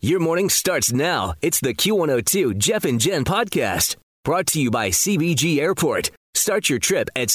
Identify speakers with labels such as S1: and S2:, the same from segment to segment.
S1: Your morning starts now. It's the Q102 Jeff and Jen podcast brought to you by CBG Airport. Start your trip at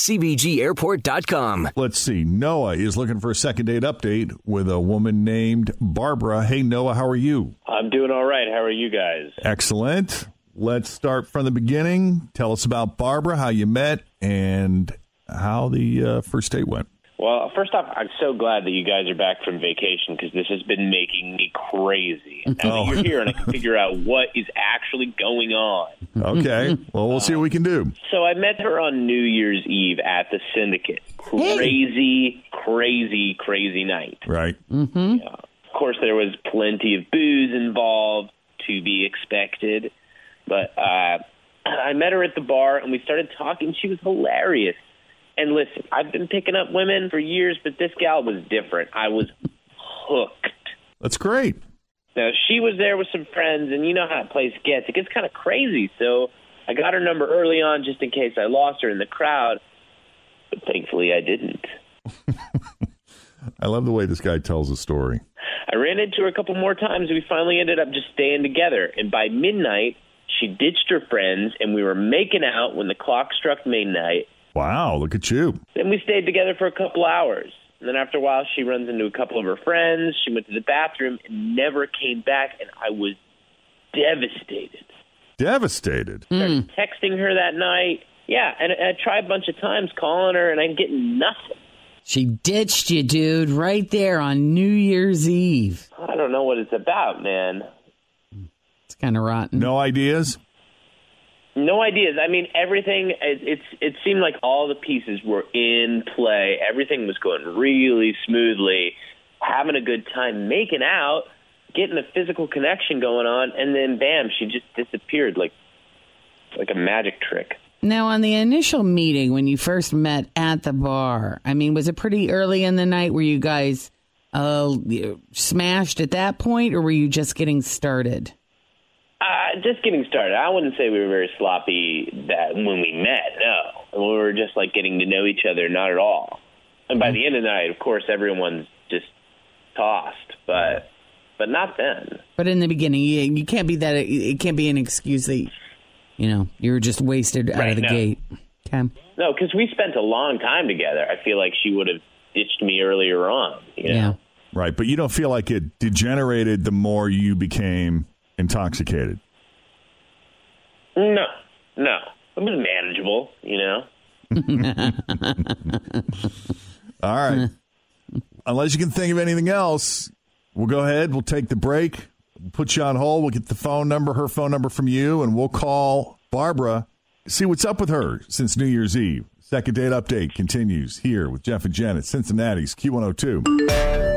S1: CBGAirport.com.
S2: Let's see. Noah is looking for a second date update with a woman named Barbara. Hey, Noah, how are you?
S3: I'm doing all right. How are you guys?
S2: Excellent. Let's start from the beginning. Tell us about Barbara, how you met, and how the uh, first date went.
S3: Well, first off, I'm so glad that you guys are back from vacation because this has been making me crazy. Now that you're here and I can figure out what is actually going on.
S2: Okay. Well, we'll see what we can do.
S3: So I met her on New Year's Eve at the Syndicate. Crazy, crazy, crazy night.
S2: Right.
S3: Of course, there was plenty of booze involved to be expected, but uh, I met her at the bar and we started talking. She was hilarious. And listen, I've been picking up women for years, but this gal was different. I was hooked.
S2: That's great.
S3: Now she was there with some friends, and you know how that place gets. It gets kind of crazy. So I got her number early on just in case I lost her in the crowd. But thankfully, I didn't.
S2: I love the way this guy tells the story.
S3: I ran into her a couple more times. and We finally ended up just staying together. And by midnight, she ditched her friends, and we were making out when the clock struck midnight.
S2: Wow, look at you.
S3: Then we stayed together for a couple hours. And then after a while, she runs into a couple of her friends. She went to the bathroom and never came back. And I was devastated.
S2: Devastated.
S3: Started texting her that night. Yeah, and I, I tried a bunch of times calling her, and I'm getting nothing.
S4: She ditched you, dude, right there on New Year's Eve.
S3: I don't know what it's about, man.
S4: It's kind of rotten.
S2: No ideas?
S3: No ideas. I mean, everything. It, it's it seemed like all the pieces were in play. Everything was going really smoothly, having a good time, making out, getting a physical connection going on, and then bam, she just disappeared like like a magic trick.
S4: Now, on the initial meeting when you first met at the bar, I mean, was it pretty early in the night? Were you guys uh, you- smashed at that point, or were you just getting started?
S3: Uh, just getting started. I wouldn't say we were very sloppy that when we met. No, we were just like getting to know each other. Not at all. And by the end of the night, of course, everyone's just tossed. But but not then.
S4: But in the beginning, you, you can't be that. It, it can't be an excuse that you know you were just wasted out
S3: Right,
S4: of the
S3: no.
S4: gate. Okay.
S3: No, because we spent a long time together. I feel like she would have ditched me earlier on. You know?
S4: Yeah.
S2: Right. But you don't feel like it degenerated the more you became intoxicated.
S3: No, no, it was manageable. You know.
S2: All right. Unless you can think of anything else, we'll go ahead. We'll take the break. We'll put you on hold. We'll get the phone number, her phone number from you, and we'll call Barbara, see what's up with her since New Year's Eve. Second date update continues here with Jeff and Jen at Cincinnati's Q102.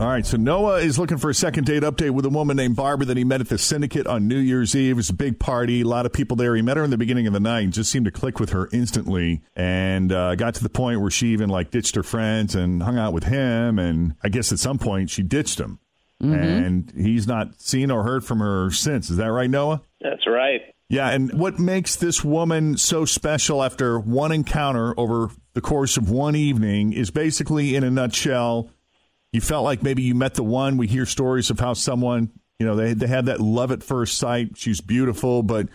S2: All right, so Noah is looking for a second date update with a woman named Barbara that he met at the Syndicate on New Year's Eve. It was a big party, a lot of people there. He met her in the beginning of the night and just seemed to click with her instantly and uh, got to the point where she even like ditched her friends and hung out with him. And I guess at some point she ditched him. And he's not seen or heard from her since. Is that right, Noah?
S3: That's right.
S2: Yeah, and what makes this woman so special after one encounter over the course of one evening is basically, in a nutshell, you felt like maybe you met the one. We hear stories of how someone, you know, they they had that love at first sight. She's beautiful, but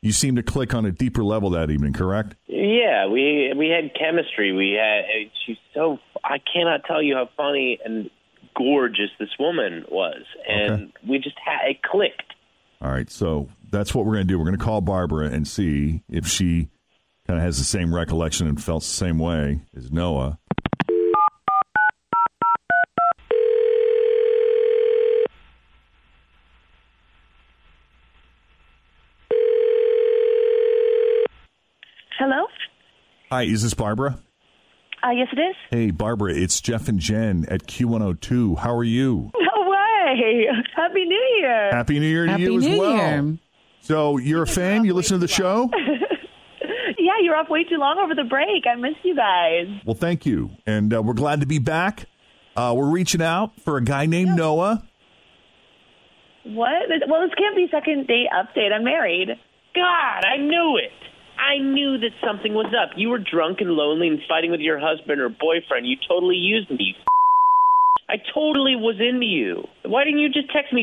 S2: you seem to click on a deeper level that evening. Correct?
S3: Yeah, we we had chemistry. We had eh, she's so I cannot tell you how funny and gorgeous this woman was, and we just had it clicked.
S2: All right, so that's what we're going to do. We're going to call Barbara and see if she kind of has the same recollection and felt the same way as Noah.
S5: Hello?
S2: Hi, is this Barbara?
S5: Uh, yes, it is.
S2: Hey, Barbara, it's Jeff and Jen at Q102. How are you?
S5: No way. Happy New Year.
S2: Happy New Year to
S4: Happy
S2: you as
S4: New
S2: well.
S4: Year.
S2: So, you're a fan? You listen to the show?
S5: Yeah, you were off way too long over the break. I missed you guys.
S2: Well, thank you. And uh, we're glad to be back. Uh, we're reaching out for a guy named Noah.
S5: What? This- Well, this can't be second date update. I'm married.
S3: God, I knew it. I knew that something was up. You were drunk and lonely and fighting with your husband or boyfriend. You totally used me. you f- I totally was into you. Why didn't you just text me?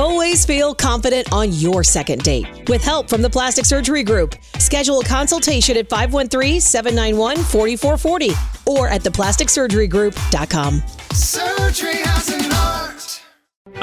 S6: Always feel confident on your second date. With help from the Plastic Surgery Group, schedule a consultation at 513 791 4440 or at theplasticsurgerygroup.com.
S7: Surgery has an art.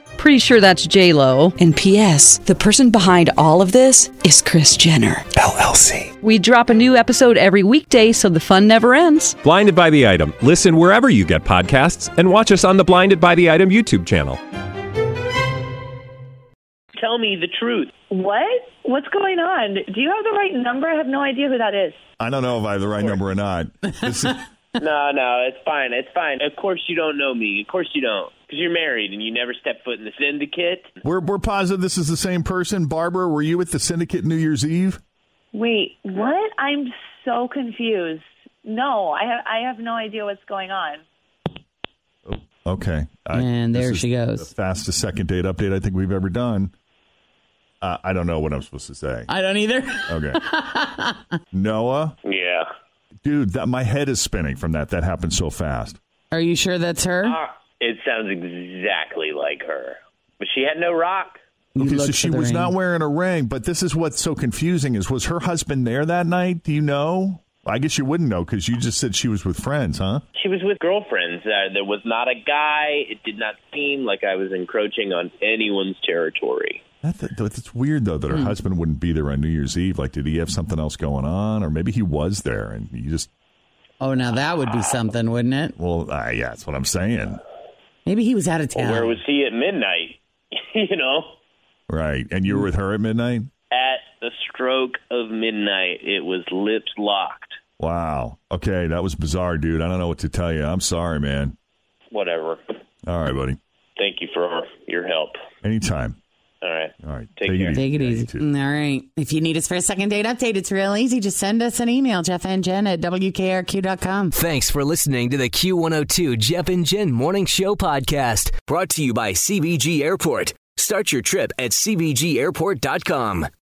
S8: Pretty sure that's J Lo.
S6: And P.S. The person behind all of this is Chris Jenner.
S9: LLC.
S8: We drop a new episode every weekday, so the fun never ends.
S9: Blinded by the item. Listen wherever you get podcasts, and watch us on the Blinded by the Item YouTube channel.
S3: Tell me the truth.
S5: What? What's going on? Do you have the right number? I have no idea who that is.
S2: I don't know if I have the right number or not. This is-
S3: No, no, it's fine. It's fine. Of course you don't know me. Of course you don't. Because you're married and you never step foot in the syndicate.
S2: we're, we're positive this is the same person. Barbara, were you at the syndicate New Year's Eve?
S5: Wait, what? I'm so confused. No, I have, I have no idea what's going on.
S2: Okay.
S4: And
S2: this
S4: there
S2: is
S4: she goes.
S2: The fastest second date update I think we've ever done. Uh, I don't know what I'm supposed to say.
S4: I don't either.
S2: Okay. Noah,
S3: Yeah.
S2: dude, that my head is spinning from that. That happened so fast.
S4: Are you sure that's her?
S3: Uh, It sounds exactly like her. But she had no rock.
S4: You
S2: Okay,
S4: look
S2: so
S4: for
S2: she
S4: the
S2: was
S4: ring.
S2: not wearing a ring, but this is what's so confusing is was her husband there that night? Do you know? I guess you wouldn't know because you just said she was with friends, huh?
S3: She was with girlfriends. Uh, there was not a guy. It did not seem like I was encroaching on anyone's territory.
S2: That, that, that's weird though that
S4: Hmm.
S2: her husband wouldn't be there on New Year's Eve. Like, did he have something else going on, or maybe he was there and you just?
S4: Oh, now that would be something, wouldn't it?
S2: Well, uh, yeah, that's what I'm saying,
S4: Maybe he was out of
S3: Well,
S4: town.
S3: where was he at midnight? you know,
S2: right? And you were with her at midnight.
S3: at the stroke of midnight, it was lips locked.
S2: Wow. Okay, that was bizarre, dude. I don't know what to tell you. I'm sorry, man.
S3: Whatever.
S2: All right, buddy.
S3: Thank you for your help.
S2: Anytime.
S3: All right.
S2: All right.
S3: Take care.
S4: Take it
S2: Yeah, you
S4: easy.
S2: too.
S4: Mm, All right. If you need us for a second date update, it's real easy. Just send us an email, Jeff and Jen at WKRQ.com.
S1: Thanks for listening to the Q102 Jeff and Jen Morning Show podcast, brought to you by CBG Airport. Start your trip at CBGAirport.com.